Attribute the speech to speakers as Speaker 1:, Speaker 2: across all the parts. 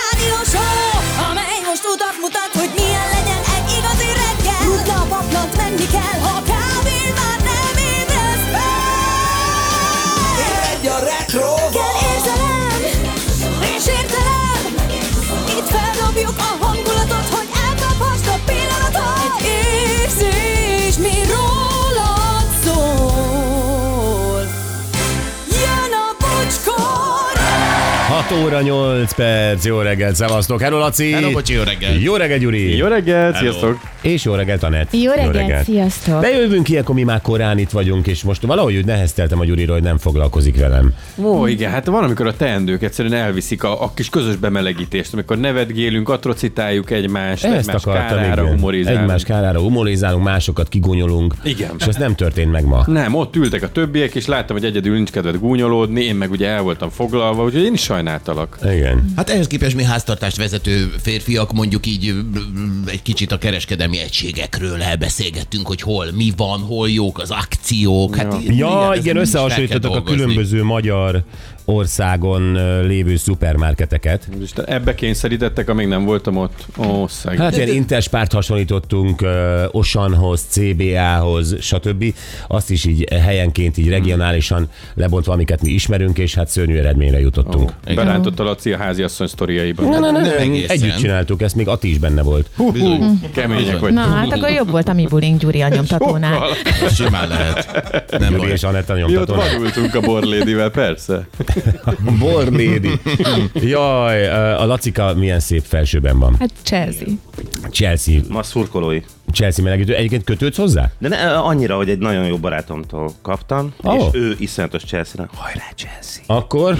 Speaker 1: rádió show, amely most utat mutat, hogy milyen legyen egy igazi reggel. Rutna a paplant, menni kell, ha kávén már nem ébresz fel.
Speaker 2: Egy a retro
Speaker 1: Kell érzelem, és értelem, itt feldobjuk a hangulatot, hogy elkaphast a pillanatot. Egy érzés, mi rólad szól. Jön a bocskor!
Speaker 3: 6 óra 8 perc, jó reggelt, szevasztok, hello Laci!
Speaker 4: Hello, bocsi, jó reggelt!
Speaker 3: Jó reggelt, Gyuri!
Speaker 5: Jó reggelt,
Speaker 4: Hello.
Speaker 5: sziasztok!
Speaker 3: És jó reggelt, Anett!
Speaker 6: Jó reggelt, sziasztok!
Speaker 3: Bejövünk ilyenkor, mi már korán itt vagyunk, és most valahogy úgy nehezteltem a Gyuriról, hogy nem foglalkozik velem.
Speaker 5: Ó, igen, hát van, amikor a teendők egyszerűen elviszik a, a kis közös bemelegítést, amikor nevetgélünk, atrocitáljuk egymást,
Speaker 3: Ezt
Speaker 5: egymás
Speaker 3: akartam,
Speaker 5: kárára
Speaker 3: igen.
Speaker 5: humorizálunk.
Speaker 3: Egymás kárára humorizálunk, másokat kigonyolunk.
Speaker 5: Igen.
Speaker 3: És ez nem történt meg ma.
Speaker 5: Nem, ott ültek a többiek, és láttam, hogy egyedül nincs kedved gúnyolódni, én meg ugye el voltam foglalva, úgyhogy én is sajnáltalak.
Speaker 3: Igen.
Speaker 4: Hát ehhez képest mi háztartást vezető férfiak mondjuk így ö, ö, egy kicsit a kereskedelmi egységekről elbeszélgettünk, hogy hol mi van, hol jók az akciók. Hát ja,
Speaker 3: Ja, igen, összehasonlítottatok a különböző magyar országon ö, lévő szupermarketeket.
Speaker 5: És te- ebbe kényszerítettek, amíg nem voltam ott. Ó, szeg.
Speaker 3: Hát ilyen interspárt hasonlítottunk ö, Osanhoz, CBA-hoz, stb. Azt is így helyenként, így regionálisan lebontva, amiket mi ismerünk, és hát szörnyű eredményre jutottunk.
Speaker 5: Berántott a Laci a háziasszony sztoriaiban.
Speaker 4: Na, nem egészen.
Speaker 3: Együtt csináltuk ezt, még Ati is benne volt.
Speaker 5: Hú, hú, Hát, Kemények vagy.
Speaker 6: Na, hát akkor jobb volt a mi bulink Gyuri a nyomtatónál.
Speaker 4: Simán lehet. Nem
Speaker 3: Gyuri
Speaker 4: baj.
Speaker 3: és Anetta
Speaker 5: Mi ott
Speaker 3: nyomtatónak.
Speaker 5: vadultunk a borlédivel, persze.
Speaker 3: Bornédi. Jaj, ö, a Lacika milyen szép felsőben van.
Speaker 6: Hát Chelsea.
Speaker 3: Chelsea,
Speaker 7: Ma szurkolói.
Speaker 3: Chelsea melegítő. Egyébként kötődsz hozzá?
Speaker 7: De ne, eh, annyira, hogy egy nagyon jó barátomtól kaptam,
Speaker 3: Ó.
Speaker 7: oh. és ő iszonyatos Chelsea-re. Hajrá, Chelsea!
Speaker 3: Akkor...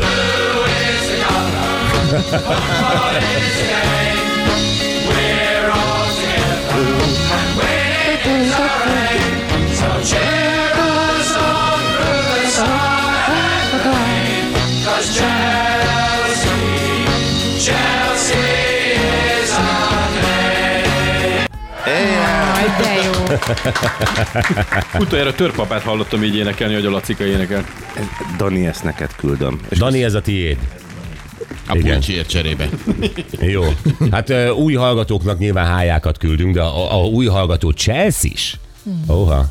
Speaker 6: Aj, de jó.
Speaker 5: Utoljára törpapát hallottam így énekelni, hogy a Lacika énekel.
Speaker 7: Eh, Dani, ezt neked küldöm. És
Speaker 3: Dani, ez a tiéd.
Speaker 4: A pulcsiért cserébe.
Speaker 3: Jó. Hát ö, új hallgatóknak nyilván hájákat küldünk, de a, a új hallgató Chelsea is? Oha.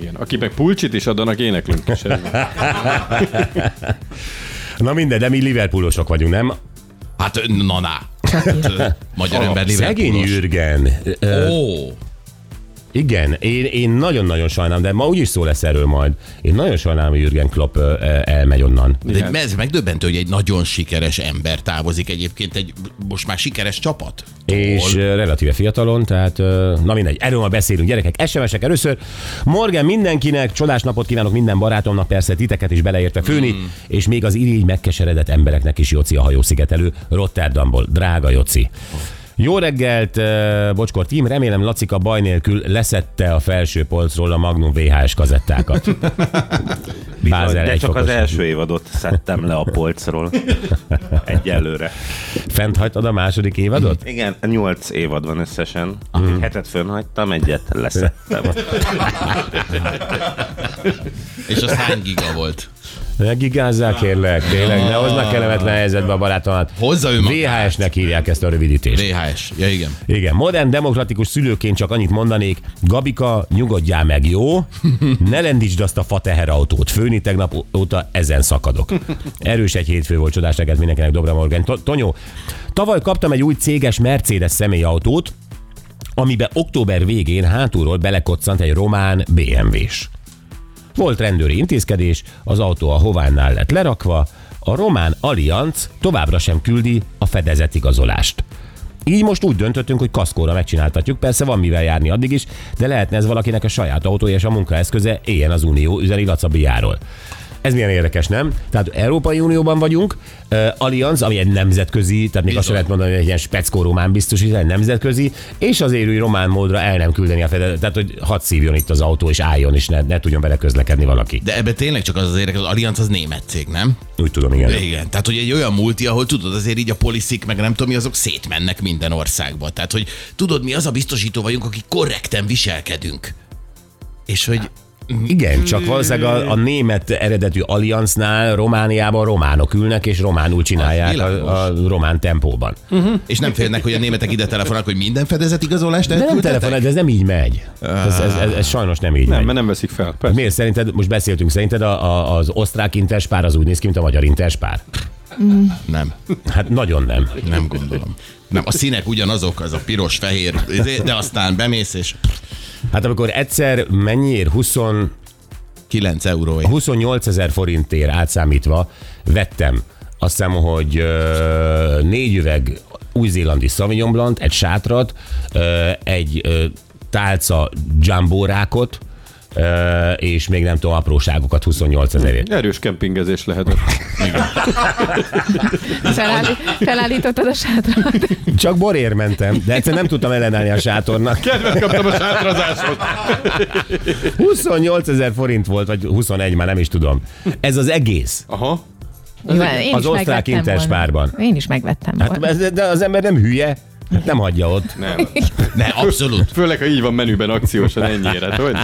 Speaker 5: Igen. Aki meg pulcsit is adanak, éneklünk is.
Speaker 3: Na minden, de mi Liverpoolosok vagyunk, nem?
Speaker 4: Hát, na, na. Magyar ember
Speaker 3: Szegény
Speaker 4: Liverpoolos.
Speaker 3: Jürgen. Ö,
Speaker 4: Ó,
Speaker 3: igen, én, én nagyon-nagyon sajnálom, de ma úgyis szó lesz erről majd. Én nagyon sajnálom, hogy Jürgen Klopp ö, ö, elmegy onnan.
Speaker 4: de ez megdöbbentő, hogy egy nagyon sikeres ember távozik egyébként egy most már sikeres csapat.
Speaker 3: És ö, relatíve fiatalon, tehát ö, na mindegy, erről ma beszélünk, gyerekek, SMS-ek először. Morgan mindenkinek, csodás napot kívánok minden barátomnak, persze titeket is beleértve főni, mm. és még az irigy megkeseredett embereknek is Joci a hajószigetelő Rotterdamból. Drága Joci. Jó reggelt, ö, Bocskor Team, remélem Lacika baj nélkül leszette a felső polcról a Magnum VHS kazettákat. Bázel
Speaker 7: de csak az
Speaker 3: egyfokos.
Speaker 7: első évadot szedtem le a polcról. Egyelőre.
Speaker 3: Fent hagytad a második évadot?
Speaker 7: Igen, nyolc évad van összesen. Mm. Hetet fönnhagytam, egyet leszettem.
Speaker 4: És az hány giga volt?
Speaker 3: Ne gigázzál, kérlek, tényleg, ne hozd meg kellemetlen helyzetbe a barátomat.
Speaker 4: Hozza ő magát.
Speaker 3: VHS-nek hívják ezt a rövidítést.
Speaker 4: VHS. Ja, igen.
Speaker 3: Igen, modern demokratikus szülőként csak annyit mondanék, Gabika, nyugodjál meg, jó? Ne lendítsd azt a fateherautót, főni tegnap ó- óta ezen szakadok. Erős egy hétfő volt, csodás reggelt mindenkinek, Dobra Morgan. To- Tonyó, tavaly kaptam egy új céges Mercedes személyautót, amibe október végén hátulról belekoccant egy román BMW-s. Volt rendőri intézkedés, az autó a Hovánnál lett lerakva, a román Allianz továbbra sem küldi a fedezett igazolást. Így most úgy döntöttünk, hogy kaszkóra megcsináltatjuk, persze van mivel járni addig is, de lehetne ez valakinek a saját autója és a munkaeszköze, éljen az Unió, üzeni Lacabiáról. Ez milyen érdekes, nem? Tehát Európai Unióban vagyunk, uh, Allianz, ami egy nemzetközi, tehát még azt sem lehet mondani, hogy egy ilyen speckó román biztosít, egy nemzetközi, és azért úgy román módra el nem küldeni a fedezetet, tehát hogy hadd szívjon itt az autó, és álljon, és ne, ne tudjon vele közlekedni valaki.
Speaker 4: De ebbe tényleg csak az az érdekes, az Allianz az német cég, nem?
Speaker 3: Úgy tudom, igen.
Speaker 4: Igen, tehát hogy egy olyan multi, ahol tudod, azért így a poliszik, meg nem tudom mi, azok szétmennek minden országba. Tehát, hogy tudod, mi az a biztosító vagyunk, aki korrekten viselkedünk. És hogy
Speaker 3: Igen, csak valószínűleg a, a német eredetű alliansznál Romániában románok ülnek, és románul csinálják a, a román tempóban.
Speaker 4: És nem félnek, hogy a németek ide telefonálnak, hogy minden fedezet igazolást
Speaker 3: De nem
Speaker 4: elküldtetek?
Speaker 3: telefon, de ez nem így megy. Ez, ez, ez, ez sajnos nem így
Speaker 5: Nem,
Speaker 3: megy.
Speaker 5: mert nem veszik fel. Persze.
Speaker 3: Miért szerinted, most beszéltünk, szerinted a, a, az osztrák interspár az úgy néz ki, mint a magyar interspár?
Speaker 4: Nem,
Speaker 3: Hát nagyon nem.
Speaker 4: nem gondolom. Nem, a színek ugyanazok, az a piros, fehér, izé, de aztán bemész és
Speaker 3: Hát amikor egyszer mennyiért, 20,
Speaker 4: 9 euró.
Speaker 3: 28 ezer forintért átszámítva vettem, azt hiszem, hogy ö, négy üveg új-zélandi Sauvignon Blanc, egy sátrat, ö, egy ö, tálca jumbo rákot, ö, és még nem tudom, apróságokat 28 ezerért.
Speaker 5: Erős kempingezés lehetett.
Speaker 6: Felállí- felállítottad a sátrat.
Speaker 3: Csak borért mentem, de egyszer nem tudtam ellenállni a sátornak.
Speaker 5: Kedvet kaptam a sátrazáshoz.
Speaker 3: 28 ezer forint volt, vagy 21, már nem is tudom. Ez az egész.
Speaker 5: Aha.
Speaker 6: Jó, én
Speaker 3: az
Speaker 6: is
Speaker 3: osztrák
Speaker 6: megvettem volna.
Speaker 3: interspárban.
Speaker 6: Én is megvettem
Speaker 3: Hát,
Speaker 6: volna.
Speaker 3: ez- de az ember nem hülye, hát nem hagyja ott.
Speaker 5: Nem.
Speaker 4: Ne, abszolút.
Speaker 5: Főleg, ha így van menüben akciósan ennyire, hát hogy ne?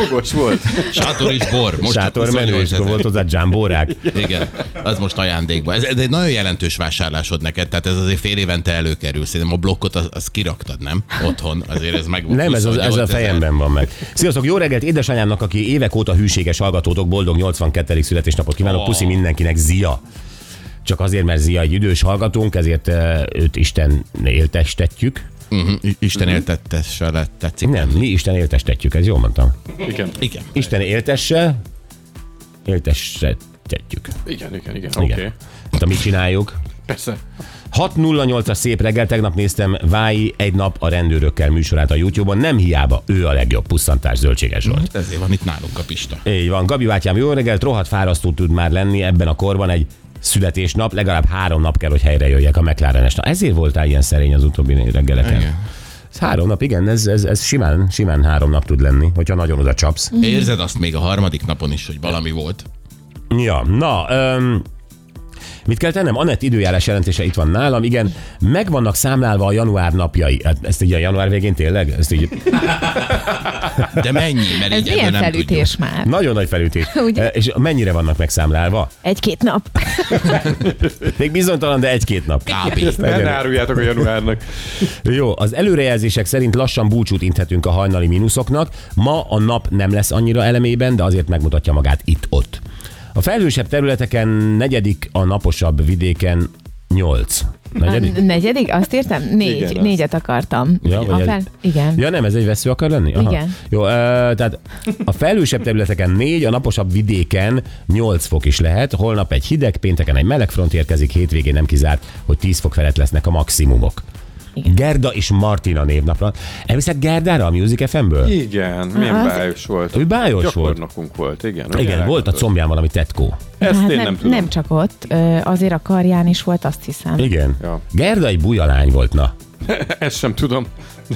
Speaker 5: Jogos volt.
Speaker 4: Sátor és bor. Most csak
Speaker 3: Sátor menő,
Speaker 4: 28
Speaker 3: és
Speaker 4: ezer.
Speaker 3: akkor volt hozzá dzsámbórák.
Speaker 4: Igen, az most ajándékban. Ez, ez egy nagyon jelentős vásárlásod neked, tehát ez azért fél évente előkerül. Szerintem a blokkot az, az kiraktad, nem? Otthon, azért ez meg volt.
Speaker 3: Nem, ez, az, ez
Speaker 4: 28
Speaker 3: a
Speaker 4: ezer.
Speaker 3: fejemben van meg. Sziasztok, jó reggelt édesanyámnak, aki évek óta hűséges hallgatótok, boldog 82. születésnapot kívánok,
Speaker 4: Ó.
Speaker 3: puszi mindenkinek, Zia. Csak azért, mert Zia egy idős hallgatónk, ezért eh, őt Isten éltestetjük.
Speaker 4: Mhm, Isten éltette, se lett, tetszik.
Speaker 3: Nem, mi Isten éltestetjük, ez jól mondtam.
Speaker 5: Igen,
Speaker 4: Igen.
Speaker 3: Isten éltesse, éltestetjük.
Speaker 5: igen, igen, igen.
Speaker 3: Igen. Okay.
Speaker 5: Oké. Okay.
Speaker 3: Hát mi csináljuk.
Speaker 5: Persze.
Speaker 3: 6.08-as szép reggel, tegnap néztem Vái egy nap a rendőrökkel műsorát a YouTube-on, nem hiába, ő a legjobb pusszantás zöldséges volt.
Speaker 4: Ezért van itt nálunk a Pista.
Speaker 3: Így van, Gabi bátyám, jó reggelt, rohadt fárasztó tud már lenni ebben a korban egy születésnap, legalább három nap kell, hogy helyre jöjjek a McLaren-es. Na ezért voltál ilyen szerény az utóbbi reggeleken. Igen.
Speaker 4: Igen.
Speaker 3: Ez három nap, igen, ez, ez, ez simán, simán három nap tud lenni, hogyha nagyon oda csapsz.
Speaker 4: Érzed azt még a harmadik napon is, hogy valami volt?
Speaker 3: Ja, na, öm, mit kell tennem? Anett időjárás jelentése itt van nálam, igen, meg vannak számlálva a január napjai. Hát ezt így a január végén tényleg? Ezt így
Speaker 4: De mennyi? Mert
Speaker 6: Ez
Speaker 4: így ebből
Speaker 6: milyen
Speaker 4: nem tudjuk.
Speaker 6: felütés már?
Speaker 3: nagyon nagy felütés.
Speaker 6: Ugye?
Speaker 3: E, És mennyire vannak megszámlálva?
Speaker 6: Egy-két nap.
Speaker 3: Még bizonytalan, de egy-két nap.
Speaker 4: Kb.
Speaker 5: Ne áruljátok a januárnak.
Speaker 3: Jó, az előrejelzések szerint lassan búcsút inthetünk a hajnali mínuszoknak. Ma a nap nem lesz annyira elemében, de azért megmutatja magát itt-ott. A felhősebb területeken negyedik, a naposabb vidéken nyolc.
Speaker 6: A
Speaker 3: Negyedik?
Speaker 6: negyedik? Azt írtam? Négy.
Speaker 5: Igen, az.
Speaker 6: Négyet akartam.
Speaker 3: Ja, vagy
Speaker 6: a
Speaker 3: egy-
Speaker 6: fel... Igen.
Speaker 3: Ja nem, ez egy vesző akar lenni?
Speaker 6: Igen.
Speaker 3: Jó, ö, tehát a felhősebb területeken 4, a naposabb vidéken 8 fok is lehet. Holnap egy hideg, pénteken egy meleg front érkezik, hétvégén nem kizárt, hogy 10 fok felett lesznek a maximumok. Igen.
Speaker 6: Igen.
Speaker 3: Gerda és Martina névnapra. Elviszek Gerdára a Music FM-ből?
Speaker 5: Igen, milyen
Speaker 6: Az-
Speaker 5: bájos volt.
Speaker 3: Ő bájos volt.
Speaker 5: Gyakornokunk volt, igen.
Speaker 3: Igen, volt a combján valami tetkó.
Speaker 5: Ezt én
Speaker 6: hát nem,
Speaker 5: nem tudom.
Speaker 6: nem csak ott, ö, azért a karján is volt, azt hiszem.
Speaker 3: Igen.
Speaker 5: Ja.
Speaker 3: Gerda egy bujalány volt, na.
Speaker 5: Ezt sem tudom,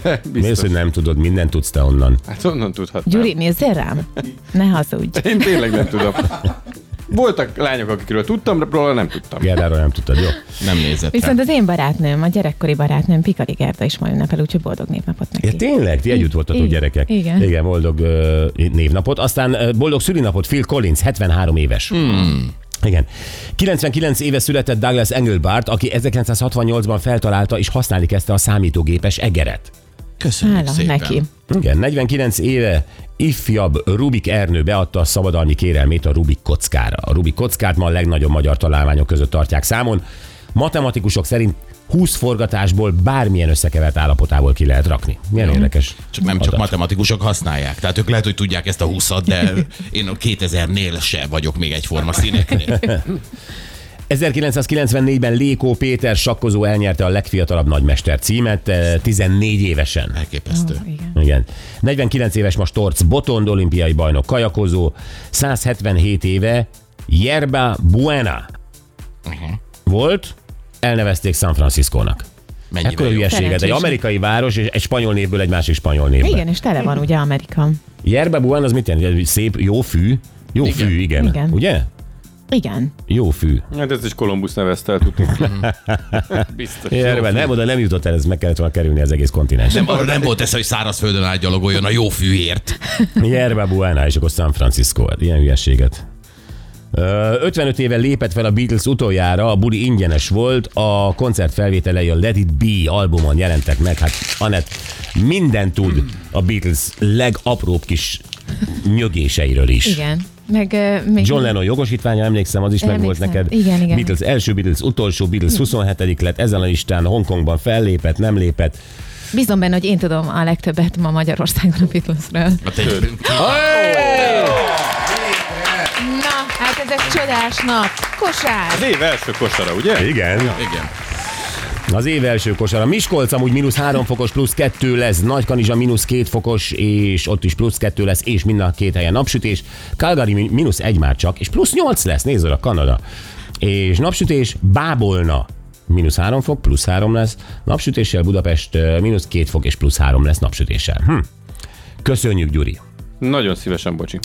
Speaker 5: de
Speaker 3: Mész,
Speaker 5: biztos.
Speaker 3: hogy nem tudod, mindent tudsz te onnan.
Speaker 5: Hát onnan tudhatnám.
Speaker 6: Gyuri, nézzél rám! Ne hazudj!
Speaker 5: Én tényleg nem tudom. Voltak lányok, akikről tudtam, róla nem tudtam.
Speaker 3: Gerdáról nem tudtad, jó?
Speaker 4: Nem nézett rá.
Speaker 6: Viszont az én barátnőm, a gyerekkori barátnőm Pikali Gerda is ma ünnepel, úgyhogy boldog névnapot neki.
Speaker 3: Ja, tényleg? Ti együtt voltatok
Speaker 6: Igen.
Speaker 3: gyerekek.
Speaker 6: Igen.
Speaker 3: Igen, boldog ö, névnapot. Aztán ö, boldog szülinapot Phil Collins, 73 éves. Igen. 99 éve született Douglas Engelbart, aki 1968-ban feltalálta és használni kezdte a számítógépes egeret.
Speaker 4: Köszönjük
Speaker 6: Hála
Speaker 4: szépen.
Speaker 6: neki.
Speaker 3: Igen, 49 éve ifjabb Rubik Ernő beadta a szabadalmi kérelmét a Rubik kockára. A Rubik kockát ma a legnagyobb magyar találmányok között tartják számon. Matematikusok szerint 20 forgatásból bármilyen összekevert állapotából ki lehet rakni. Milyen érdekes.
Speaker 4: Csak nem csak
Speaker 3: adat.
Speaker 4: matematikusok használják. Tehát ők lehet, hogy tudják ezt a 20 de én a 2000-nél se vagyok még egyforma színeknél.
Speaker 3: 1994-ben Lékó Péter sakkozó elnyerte a legfiatalabb nagymester címet, eh, 14 évesen.
Speaker 4: Elképesztő.
Speaker 6: Ó, igen.
Speaker 3: Igen. 49 éves most Torc Botond, olimpiai bajnok kajakozó, 177 éve Yerba Buena volt, elnevezték San Franciscónak. Ekkora
Speaker 4: Mennyivel jó.
Speaker 3: hülyeséget. Egy
Speaker 6: Szerencsés.
Speaker 3: amerikai város, és egy spanyol névből egy másik spanyol névből.
Speaker 6: Igen, és tele van ugye Amerika.
Speaker 3: Yerba Buena az mit jelent? Szép, jó fű? Jó igen. fű, igen. igen.
Speaker 6: Igen.
Speaker 3: Ugye?
Speaker 6: Igen.
Speaker 3: Jó fű.
Speaker 5: Hát ezt is Kolumbusz nevezte el, tudni. Biztos.
Speaker 3: Érve, nem oda nem jutott el, ez meg kellett volna kerülni az egész kontinens.
Speaker 4: Nem, arra nem volt esze, hogy szárazföldön átgyalogoljon a jó fűért.
Speaker 3: Jerba Buena, és akkor San Francisco. Ilyen hülyeséget. Ö, 55 éve lépett fel a Beatles utoljára, a buli ingyenes volt, a koncert felvételei a Let It Be albumon jelentek meg, hát Anett minden tud a Beatles legapróbb kis nyögéseiről is.
Speaker 6: Igen. Meg uh, még...
Speaker 3: John Lennon jogosítványa, emlékszem, az is meg volt
Speaker 6: Emlékszem.
Speaker 3: neked.
Speaker 6: Igen, igen.
Speaker 3: Beatles első, Beatles utolsó, Beatles 27 lett, ezen a listán Hongkongban fellépett, nem lépett.
Speaker 6: Bízom benne, hogy én tudom a legtöbbet ma Magyarországon a Beatlesről.
Speaker 4: Hát egy-
Speaker 6: Na, hát ez egy csodás nap. Kosár!
Speaker 5: Az év első kosara, ugye?
Speaker 3: Igen.
Speaker 4: Igen.
Speaker 3: Az év első kosara. Miskolc amúgy mínusz 3 fokos, plusz 2 lesz, Nagykanizsa mínusz 2 fokos, és ott is plusz 2 lesz, és mind a két helyen napsütés. Calgary mi- mínusz 1 már csak, és plusz 8 lesz, nézd oda, Kanada. És napsütés Bábolna mínusz 3 fok, plusz 3 lesz, napsütéssel Budapest ö, mínusz 2 fok, és plusz 3 lesz napsütéssel. Hm. Köszönjük, Gyuri.
Speaker 5: Nagyon szívesen, bocsi.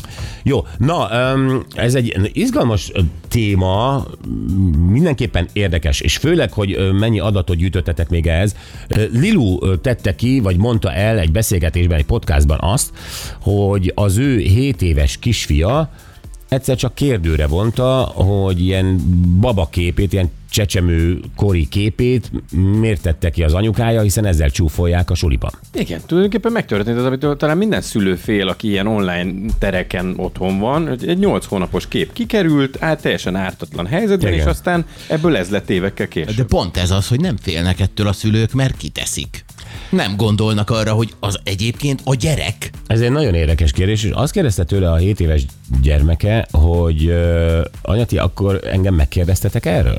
Speaker 3: Jó, na, öm, ez egy izgalmas ö, téma, m, mindenképpen érdekes, és főleg, hogy ö, mennyi adatot gyűjtöttetek még ehhez. Ö, Lilu ö, tette ki, vagy mondta el egy beszélgetésben, egy podcastban azt, hogy az ő 7 éves kisfia egyszer csak kérdőre vonta, hogy ilyen baba képét, ilyen csecsemő kori képét miért tette ki az anyukája, hiszen ezzel csúfolják a suliban.
Speaker 5: Igen, tulajdonképpen megtörtént az, amitől talán minden szülő fél, aki ilyen online tereken otthon van, hogy egy 8 hónapos kép kikerült, át teljesen ártatlan helyzetben,
Speaker 3: Igen.
Speaker 5: és aztán ebből ez lett évekkel
Speaker 4: De
Speaker 5: később.
Speaker 4: pont ez az, hogy nem félnek ettől a szülők, mert kiteszik. Nem gondolnak arra, hogy az egyébként a gyerek.
Speaker 3: Ez egy nagyon érdekes kérdés, és azt kérdezte tőle a 7 éves gyermeke, hogy ö, anyati, akkor engem megkérdeztetek erről?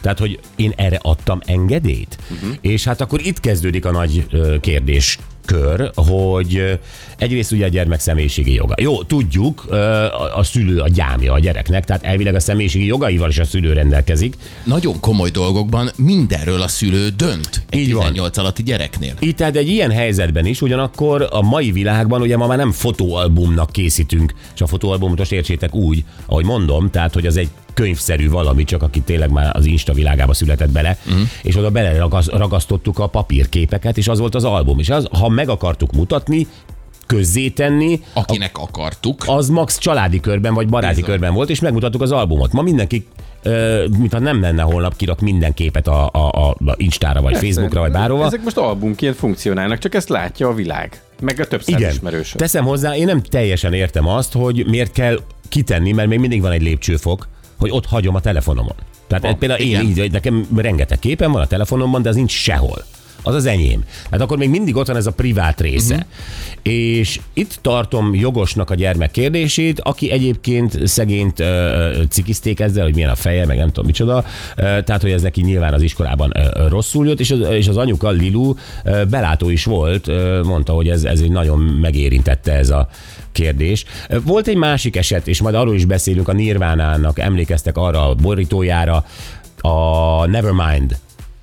Speaker 3: Tehát, hogy én erre adtam engedélyt? Uh-huh. És hát akkor itt kezdődik a nagy ö, kérdéskör, hogy ö, egyrészt ugye a gyermek személyiségi joga. Jó, tudjuk, ö, a, a szülő a gyámja a gyereknek, tehát elvileg a személyiségi jogaival is a szülő rendelkezik,
Speaker 4: Nagyon komoly dolgokban mindenről a szülő dönt. Egy
Speaker 3: Így van.
Speaker 4: 18 alatti gyereknél.
Speaker 3: Itt tehát egy ilyen helyzetben is, ugyanakkor a mai világban ugye ma már nem fotóalbumnak készítünk, és a fotóalbumot most értsétek úgy, ahogy mondom, tehát hogy az egy könyvszerű valami, csak aki tényleg már az Insta világába született bele, mm. és oda beleragasztottuk a papírképeket, és az volt az album. És az, ha meg akartuk mutatni, közzétenni,
Speaker 4: Akinek akartuk.
Speaker 3: az max családi körben vagy baráti
Speaker 4: Bizony.
Speaker 3: körben volt, és megmutattuk az albumot. Ma mindenki ö, mintha nem lenne holnap kirak minden képet a, a, a, a Instára, vagy Facebookra, vagy bárhova.
Speaker 5: Ezek most albumként funkcionálnak, csak ezt látja a világ. Meg a több száz
Speaker 3: Igen.
Speaker 5: ismerősöd.
Speaker 3: Teszem hozzá, én nem teljesen értem azt, hogy miért kell kitenni, mert még mindig van egy lépcsőfok, hogy ott hagyom a telefonomon. Tehát van, például én
Speaker 4: igen.
Speaker 3: így, hogy nekem rengeteg képen van a telefonomban, de az nincs sehol. Az az enyém. Hát akkor még mindig ott van ez a privát része. Uh-huh. És itt tartom jogosnak a gyermek kérdését, aki egyébként szegényt ö, ö, cikizték ezzel, hogy milyen a feje, meg nem tudom micsoda. Ö, tehát, hogy ez neki nyilván az iskolában ö, ö, rosszul jött, és az, és az anyuka Lilu ö, belátó is volt, ö, mondta, hogy ez, ez egy nagyon megérintette ez a kérdés. Ö, Volt egy másik eset, és majd arról is beszélünk, a Nirvánának emlékeztek arra a borítójára, a Nevermind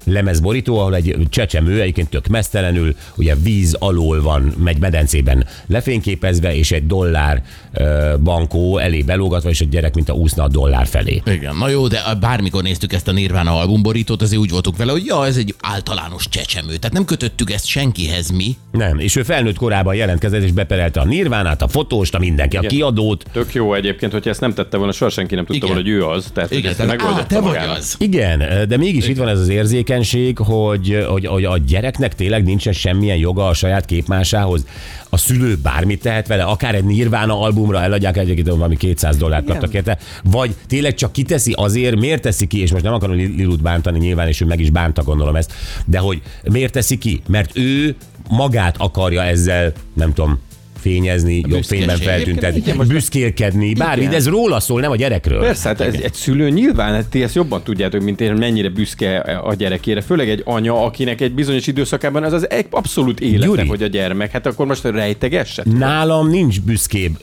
Speaker 3: lemez borító, ahol egy csecsemő egyébként tök mesztelenül, ugye víz alól van, megy medencében lefényképezve, és egy dollár ö, bankó elé belógatva, és egy gyerek, mint a úszna a dollár felé.
Speaker 4: Igen, na jó, de a- bármikor néztük ezt a Nirvana albumborítót, azért úgy voltunk vele, hogy ja, ez egy általános csecsemő. Tehát nem kötöttük ezt senkihez mi.
Speaker 3: Nem, és ő felnőtt korában jelentkezett, és beperelte a nirvánát, a fotóst, a mindenki, a
Speaker 5: Igen.
Speaker 3: kiadót.
Speaker 5: Tök jó egyébként, hogyha ezt nem tette volna, soha senki nem tudta
Speaker 4: Igen.
Speaker 5: volna, hogy ő az. Tehát, hogy
Speaker 4: Igen,
Speaker 5: ezt
Speaker 4: tehát, á,
Speaker 5: megoldotta
Speaker 4: te vagy
Speaker 5: magának.
Speaker 4: az.
Speaker 3: Igen, de mégis itt van ez az érzékenység, hogy, hogy, hogy a gyereknek tényleg nincsen semmilyen joga a saját képmásához. A szülő bármit tehet vele, akár egy Nirvana albumra eladják egyébként valami 200 dollárt kaptak érte, vagy tényleg csak kiteszi azért, miért teszi ki, és most nem akarom Lil- Lilut bántani nyilván, és ő meg is bánta gondolom ezt, de hogy miért teszi ki? Mert ő magát akarja ezzel, nem tudom, fényezni, jobb
Speaker 4: büszkeség.
Speaker 3: fényben feltüntetni,
Speaker 5: Igen, most-
Speaker 3: büszkélkedni, bármi,
Speaker 5: Igen.
Speaker 3: de ez róla szól, nem a gyerekről.
Speaker 5: Persze, hát ez egy szülő nyilván, hát ti ezt jobban tudjátok, mint én, hogy mennyire büszke a gyerekére, főleg egy anya, akinek egy bizonyos időszakában az az egy abszolút élete,
Speaker 3: Gyuri.
Speaker 5: hogy a gyermek, hát akkor most rejtegesse.
Speaker 3: Nálam nincs büszkébb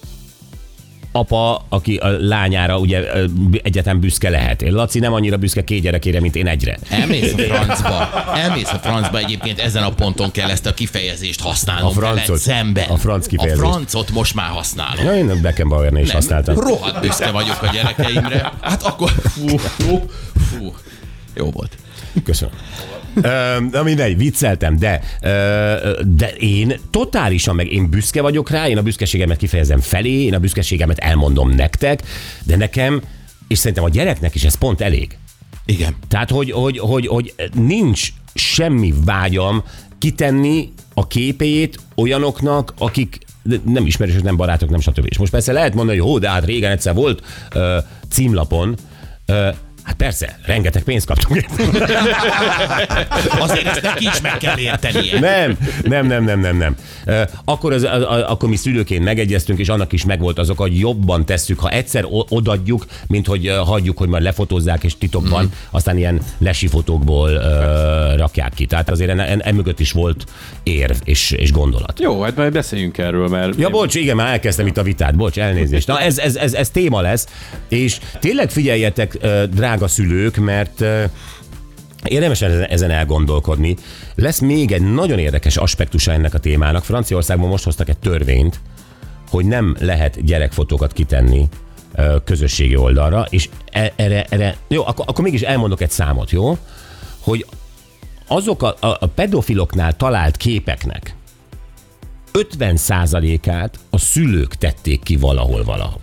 Speaker 3: apa, aki a lányára ugye ö, egyetem büszke lehet. Én Laci nem annyira büszke két gyerekére, mint én egyre.
Speaker 4: Elmész a francba. Elmész a francba egyébként ezen a ponton kell ezt a kifejezést használnom.
Speaker 3: A francot.
Speaker 4: veled Szemben.
Speaker 3: A franc kifejezést.
Speaker 4: A francot most már használom.
Speaker 3: Ja, én a Beckenbauernél is használtam.
Speaker 4: Rohadt büszke vagyok a gyerekeimre. Hát akkor... Fú, fú, fú. Jó volt.
Speaker 3: Köszönöm. Ö, Na mindegy, vicceltem, de, ö, de én totálisan meg én büszke vagyok rá, én a büszkeségemet kifejezem felé, én a büszkeségemet elmondom nektek, de nekem, és szerintem a gyereknek is ez pont elég.
Speaker 4: Igen.
Speaker 3: Tehát, hogy, hogy, hogy, hogy nincs semmi vágyam kitenni a képét olyanoknak, akik nem ismerősök, nem barátok, nem stb. És most persze lehet mondani, hogy jó, de hát régen egyszer volt ö, címlapon, ö, hát persze, rengeteg pénzt kaptunk érte.
Speaker 4: Azért ezt neki is meg kell értenie.
Speaker 3: Nem, nem, nem, nem, nem, nem. Ö, Akkor, az, a, a, akkor mi szülőként megegyeztünk, és annak is megvolt azok, hogy jobban tesszük, ha egyszer o- odadjuk, mint hogy ö, hagyjuk, hogy majd lefotózzák, és titokban, mm. aztán ilyen lesi fotókból ö, rakják ki. Tehát azért en, en, emögött is volt érv és, és gondolat.
Speaker 5: Jó, hát majd beszéljünk erről, mert...
Speaker 3: Ja, bocs, igen, már elkezdtem itt a vitát, bocs, elnézést. Na, ez, ez, ez, ez téma lesz, és tényleg figyeljetek, ö, drága szülők, mert ö, érdemes ezen- ezen elgondolkodni. Lesz még egy nagyon érdekes aspektusa ennek a témának. Franciaországban most hoztak egy törvényt, hogy nem lehet gyerekfotókat kitenni ö, közösségi oldalra, és e- erre, erre jó, akkor, akkor mégis elmondok egy számot, jó? Hogy azok a, a, a pedofiloknál talált képeknek, 50%-át a szülők tették ki valahol valahova.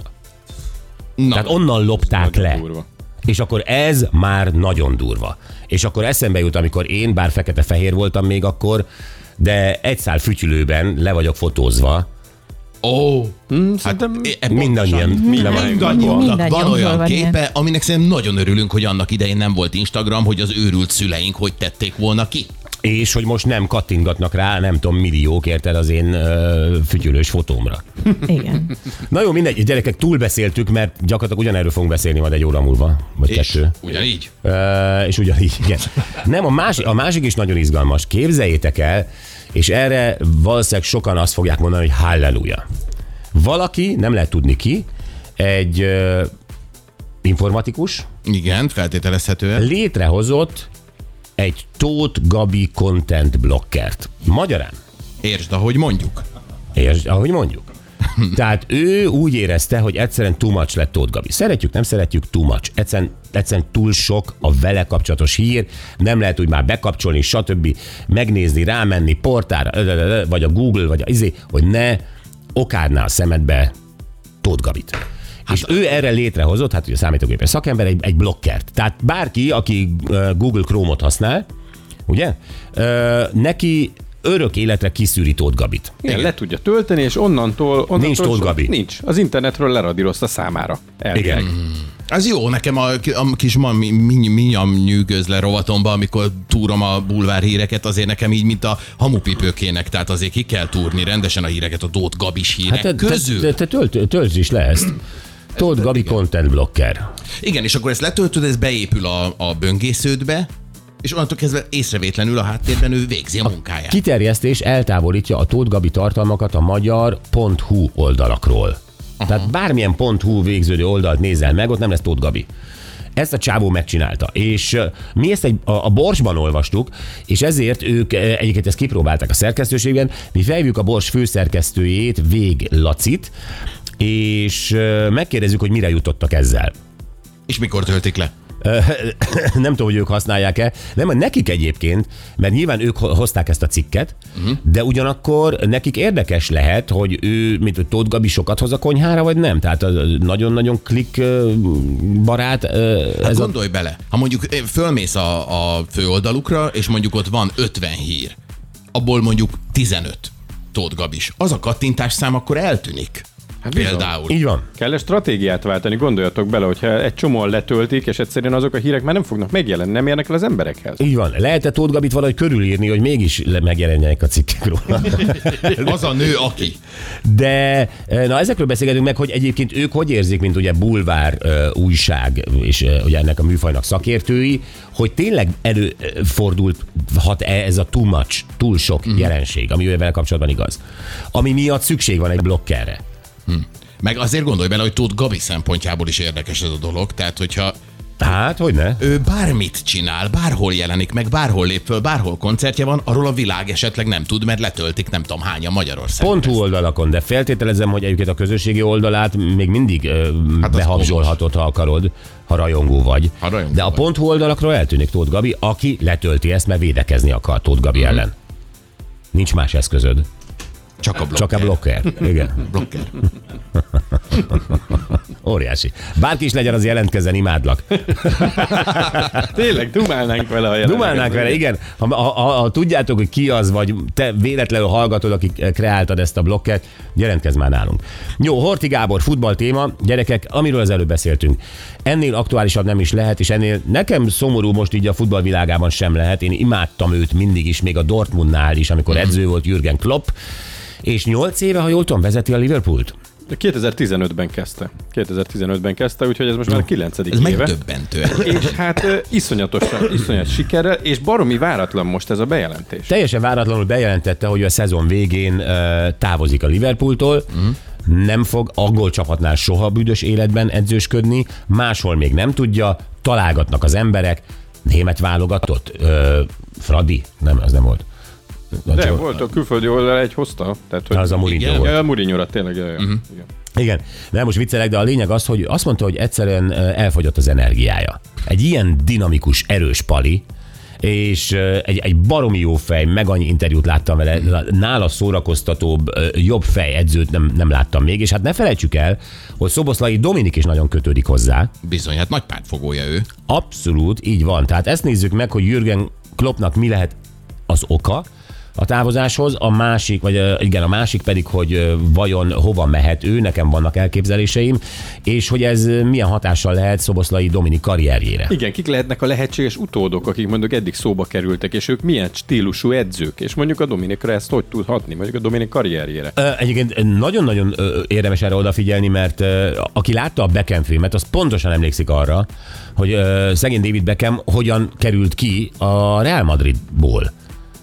Speaker 4: Na.
Speaker 3: Tehát onnan lopták le.
Speaker 5: durva.
Speaker 3: És akkor ez már nagyon durva. És akkor eszembe jut, amikor én, bár fekete-fehér voltam még akkor, de egy szál fütyülőben le vagyok fotózva,
Speaker 4: Ó, hát
Speaker 5: Szerintem
Speaker 4: e- e-
Speaker 3: Hm, mindannyian.
Speaker 5: Le
Speaker 3: mindannyian.
Speaker 5: vagyunk.
Speaker 4: Mindannyiunknak
Speaker 6: Mindannyiunkról
Speaker 4: van olyan
Speaker 6: van ilyen.
Speaker 4: képe, aminek szerintem nagyon örülünk, hogy annak idején nem volt Instagram, hogy az őrült szüleink hogy tették volna ki.
Speaker 3: És hogy most nem kattingatnak rá, nem tudom, milliók érted az én ö, fütyülős fotómra.
Speaker 6: Igen.
Speaker 3: Na jó, mindegy, gyerekek, túlbeszéltük, mert gyakorlatilag ugyanerről fogunk beszélni majd egy óra múlva, vagy
Speaker 4: És
Speaker 3: kettő.
Speaker 4: ugyanígy.
Speaker 3: Ö, E, és ugyanígy, igen. Nem, a másik, a másik is nagyon izgalmas. Képzeljétek el, és erre valószínűleg sokan azt fogják mondani, hogy halleluja. Valaki, nem lehet tudni ki, egy ö, informatikus
Speaker 4: Igen, feltételezhetően.
Speaker 3: létrehozott egy Tóth Gabi content blokkert. Magyarán,
Speaker 4: Értsd, ahogy mondjuk.
Speaker 3: és ahogy mondjuk. Tehát ő úgy érezte, hogy egyszerűen too much lett Tóth Gabi. Szeretjük, nem szeretjük, too much. Egyszerűen, egyszerűen túl sok a vele kapcsolatos hír, nem lehet úgy már bekapcsolni, stb. Megnézni, rámenni portára, ö, ö, ö, vagy a Google, vagy a izé, hogy ne okárná a szemedbe Tóth Gabit. Hát, és ő erre létrehozott, hát ugye a számítógépes szakember, egy, egy blokkert. Tehát bárki, aki ö, Google Chrome-ot használ, ugye, Ö, neki örök életre kiszűri Tóth Gabit.
Speaker 5: Igen, le tudja tölteni, és onnantól... onnantól
Speaker 3: Nincs Tóth
Speaker 5: so-
Speaker 3: Gabi.
Speaker 5: Nincs. Az internetről leradírozta számára. Elvileg. Igen.
Speaker 4: Ez jó, nekem a, a kis ma, mi, mi, minyam nyűgöz le rovatomba, amikor túrom a bulvár híreket, azért nekem így, mint a hamupipőkének, tehát azért ki kell túrni rendesen a híreket, a Dót Gabis hírek hát, közül.
Speaker 3: Te, te, te tölt, töltsd is le ezt. Tóth Gabi content blocker.
Speaker 4: Igen, és akkor ezt letöltöd, ez beépül a, a böngésződbe, és onnantól kezdve észrevétlenül a háttérben ő végzi a munkáját.
Speaker 3: Kiterjesztés eltávolítja a Tóth Gabi tartalmakat a magyar.hu oldalakról. Aha. Tehát bármilyen .hu végződő oldalt nézel meg, ott nem lesz Tóth Gabi. Ezt a csávó megcsinálta, és ö, mi ezt egy, a, a Borsban olvastuk, és ezért ők ö, egyébként ezt kipróbálták a szerkesztőségben. Mi felhívjuk a Bors főszerkesztőjét, Vég Lacit, és ö, megkérdezzük, hogy mire jutottak ezzel.
Speaker 4: És mikor töltik le?
Speaker 3: nem tudom, hogy ők használják-e, nem, hogy nekik egyébként, mert nyilván ők ho- hozták ezt a cikket, uh-huh. de ugyanakkor nekik érdekes lehet, hogy ő, mint hogy Tóth Gabi sokat hoz a konyhára, vagy nem. Tehát az- az nagyon-nagyon klik ö, barát ö,
Speaker 4: Hát
Speaker 3: ez a...
Speaker 4: gondolj bele, ha mondjuk eh, fölmész a, a főoldalukra, és mondjuk ott van 50 hír, abból mondjuk 15 Tóth Gabis, az a kattintás szám akkor eltűnik. Hát
Speaker 5: bizony.
Speaker 4: Például.
Speaker 3: Így van.
Speaker 5: Kell stratégiát váltani, gondoljatok bele, hogyha egy csomóan letöltik, és egyszerűen azok a hírek már nem fognak megjelenni, nem érnek el az emberekhez.
Speaker 3: Így van. Lehet-e Tóth Gabit valahogy körülírni, hogy mégis le- megjelenjenek a cikkek róla?
Speaker 4: Az a nő, aki.
Speaker 3: De eh, na ezekről beszélgetünk meg, hogy egyébként ők hogy érzik, mint ugye bulvár ö, újság, és ö, ugye ennek a műfajnak szakértői, hogy tényleg előfordult hat -e ez a too much, túl sok mm. jelenség, ami ővel kapcsolatban igaz. Ami miatt szükség van egy blokkerre.
Speaker 4: Meg azért gondolj bele, hogy Tóth Gabi szempontjából is érdekes ez a dolog, tehát hogyha
Speaker 3: Hát, hogy ne?
Speaker 4: ő bármit csinál, bárhol jelenik meg, bárhol lép föl, bárhol koncertje van, arról a világ esetleg nem tud, mert letöltik nem tudom hányan Magyarországon.
Speaker 3: Pont oldalakon, de feltételezem, hogy egyébként a közösségi oldalát még mindig hát
Speaker 4: Hát az
Speaker 3: behabzsolhatod, ha akarod, ha rajongó vagy.
Speaker 4: Ha rajongó
Speaker 3: de a
Speaker 4: vagy.
Speaker 3: pont oldalakról eltűnik Tóth Gabi, aki letölti ezt, mert védekezni akar Tóth Gabi
Speaker 4: Mhm.
Speaker 3: ellen. Nincs más eszközöd,
Speaker 4: Csak a blokk.
Speaker 3: csak a blokker. Igen,
Speaker 4: blokker.
Speaker 3: óriási. Bárki is legyen, az jelentkezzen, imádlak.
Speaker 5: Tényleg, dumálnánk vele a jelenleget.
Speaker 3: Dumálnánk vele, igen. Ha, ha, ha, ha tudjátok, hogy ki az, vagy te véletlenül hallgatod, aki kreáltad ezt a blokket, jelentkezz már nálunk. Jó, Horti Gábor, futball téma. Gyerekek, amiről az előbb beszéltünk. Ennél aktuálisabb nem is lehet, és ennél nekem szomorú most így a futball világában sem lehet. Én imádtam őt mindig is, még a Dortmundnál is, amikor edző volt Jürgen Klopp, és 8 éve, ha jól tudom, vezeti a Liverpoolt.
Speaker 5: 2015-ben kezdte. 2015-ben kezdte, úgyhogy ez most már a 9.
Speaker 4: Ez
Speaker 5: éve.
Speaker 4: megdöbbentő.
Speaker 5: És hát ö, iszonyatosan, iszonyat sikerrel, és baromi váratlan most ez a bejelentés.
Speaker 3: Teljesen váratlanul bejelentette, hogy a szezon végén ö, távozik a Liverpooltól, mm. nem fog angol csapatnál soha büdös életben edzősködni, máshol még nem tudja, találgatnak az emberek, német válogatott, ö, Fradi, nem, az nem volt.
Speaker 5: De volt a külföldi oldal egy hozta. Tehát, hogy
Speaker 3: Az a Mourinho
Speaker 4: Igen.
Speaker 3: volt. Mhm.
Speaker 5: Ja, Murinyóra, tényleg. Ja, ja. Uh-huh. Igen.
Speaker 3: Igen, nem most viccelek, de a lényeg az, hogy azt mondta, hogy egyszerűen ö, elfogyott az energiája. Egy ilyen dinamikus, erős pali, és ö, egy, egy baromi jó fej, meg annyi interjút láttam vele, nála szórakoztatóbb, ö, jobb fej edzőt nem, nem láttam még, és hát ne felejtsük el, hogy Szoboszlai Dominik is nagyon kötődik hozzá.
Speaker 4: Bizony, hát nagy pártfogója ő.
Speaker 3: Abszolút, így van. Tehát ezt nézzük meg, hogy Jürgen Kloppnak mi lehet az oka a távozáshoz, a másik, vagy ö, igen, a másik pedig, hogy ö, vajon hova mehet ő, nekem vannak elképzeléseim, és hogy ez ö, milyen hatással lehet Szoboszlai Dominik karrierjére.
Speaker 5: Igen, kik lehetnek a lehetséges utódok, akik mondjuk eddig szóba kerültek, és ők milyen stílusú edzők, és mondjuk a Dominikra ezt hogy tud hatni, mondjuk a Dominik karrierjére.
Speaker 3: Ö, Egyébként nagyon-nagyon ö, érdemes erre odafigyelni, mert ö, aki látta a Beckham filmet, az pontosan emlékszik arra, hogy ö, szegény David Beckham hogyan került ki a Real Madridból.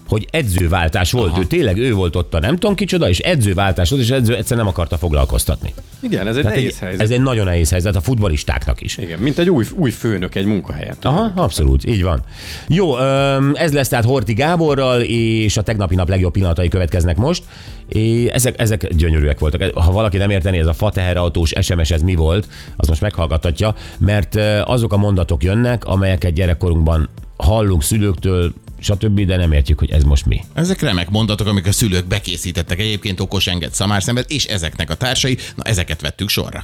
Speaker 3: Hogy edzőváltás volt, Aha. ő tényleg ő volt ott a nem tudom kicsoda, és edzőváltás volt, és edző egyszer nem akarta foglalkoztatni.
Speaker 5: Igen, ez egy
Speaker 3: Tehát
Speaker 5: nehéz
Speaker 3: egy,
Speaker 5: helyzet.
Speaker 3: ez egy nagyon nehéz helyzet a futbalistáknak is.
Speaker 5: Igen, mint egy új, új főnök egy munkahelyen.
Speaker 3: Aha, abszolút, így van. Jó, öm, ez lesz tehát Horti Gáborral, és a tegnapi nap legjobb pillanatai következnek most. É, Ezek, ezek gyönyörűek voltak. Ha valaki nem értené, ez a fateherautós SMS, ez mi volt, az most meghallgathatja, mert ö, azok a mondatok jönnek, amelyeket gyerekkorunkban hallunk szülőktől, stb., de nem értjük, hogy ez most mi.
Speaker 4: Ezek remek mondatok, amik a szülők bekészítettek egyébként okos enged szamár és ezeknek a társai, na ezeket vettük sorra.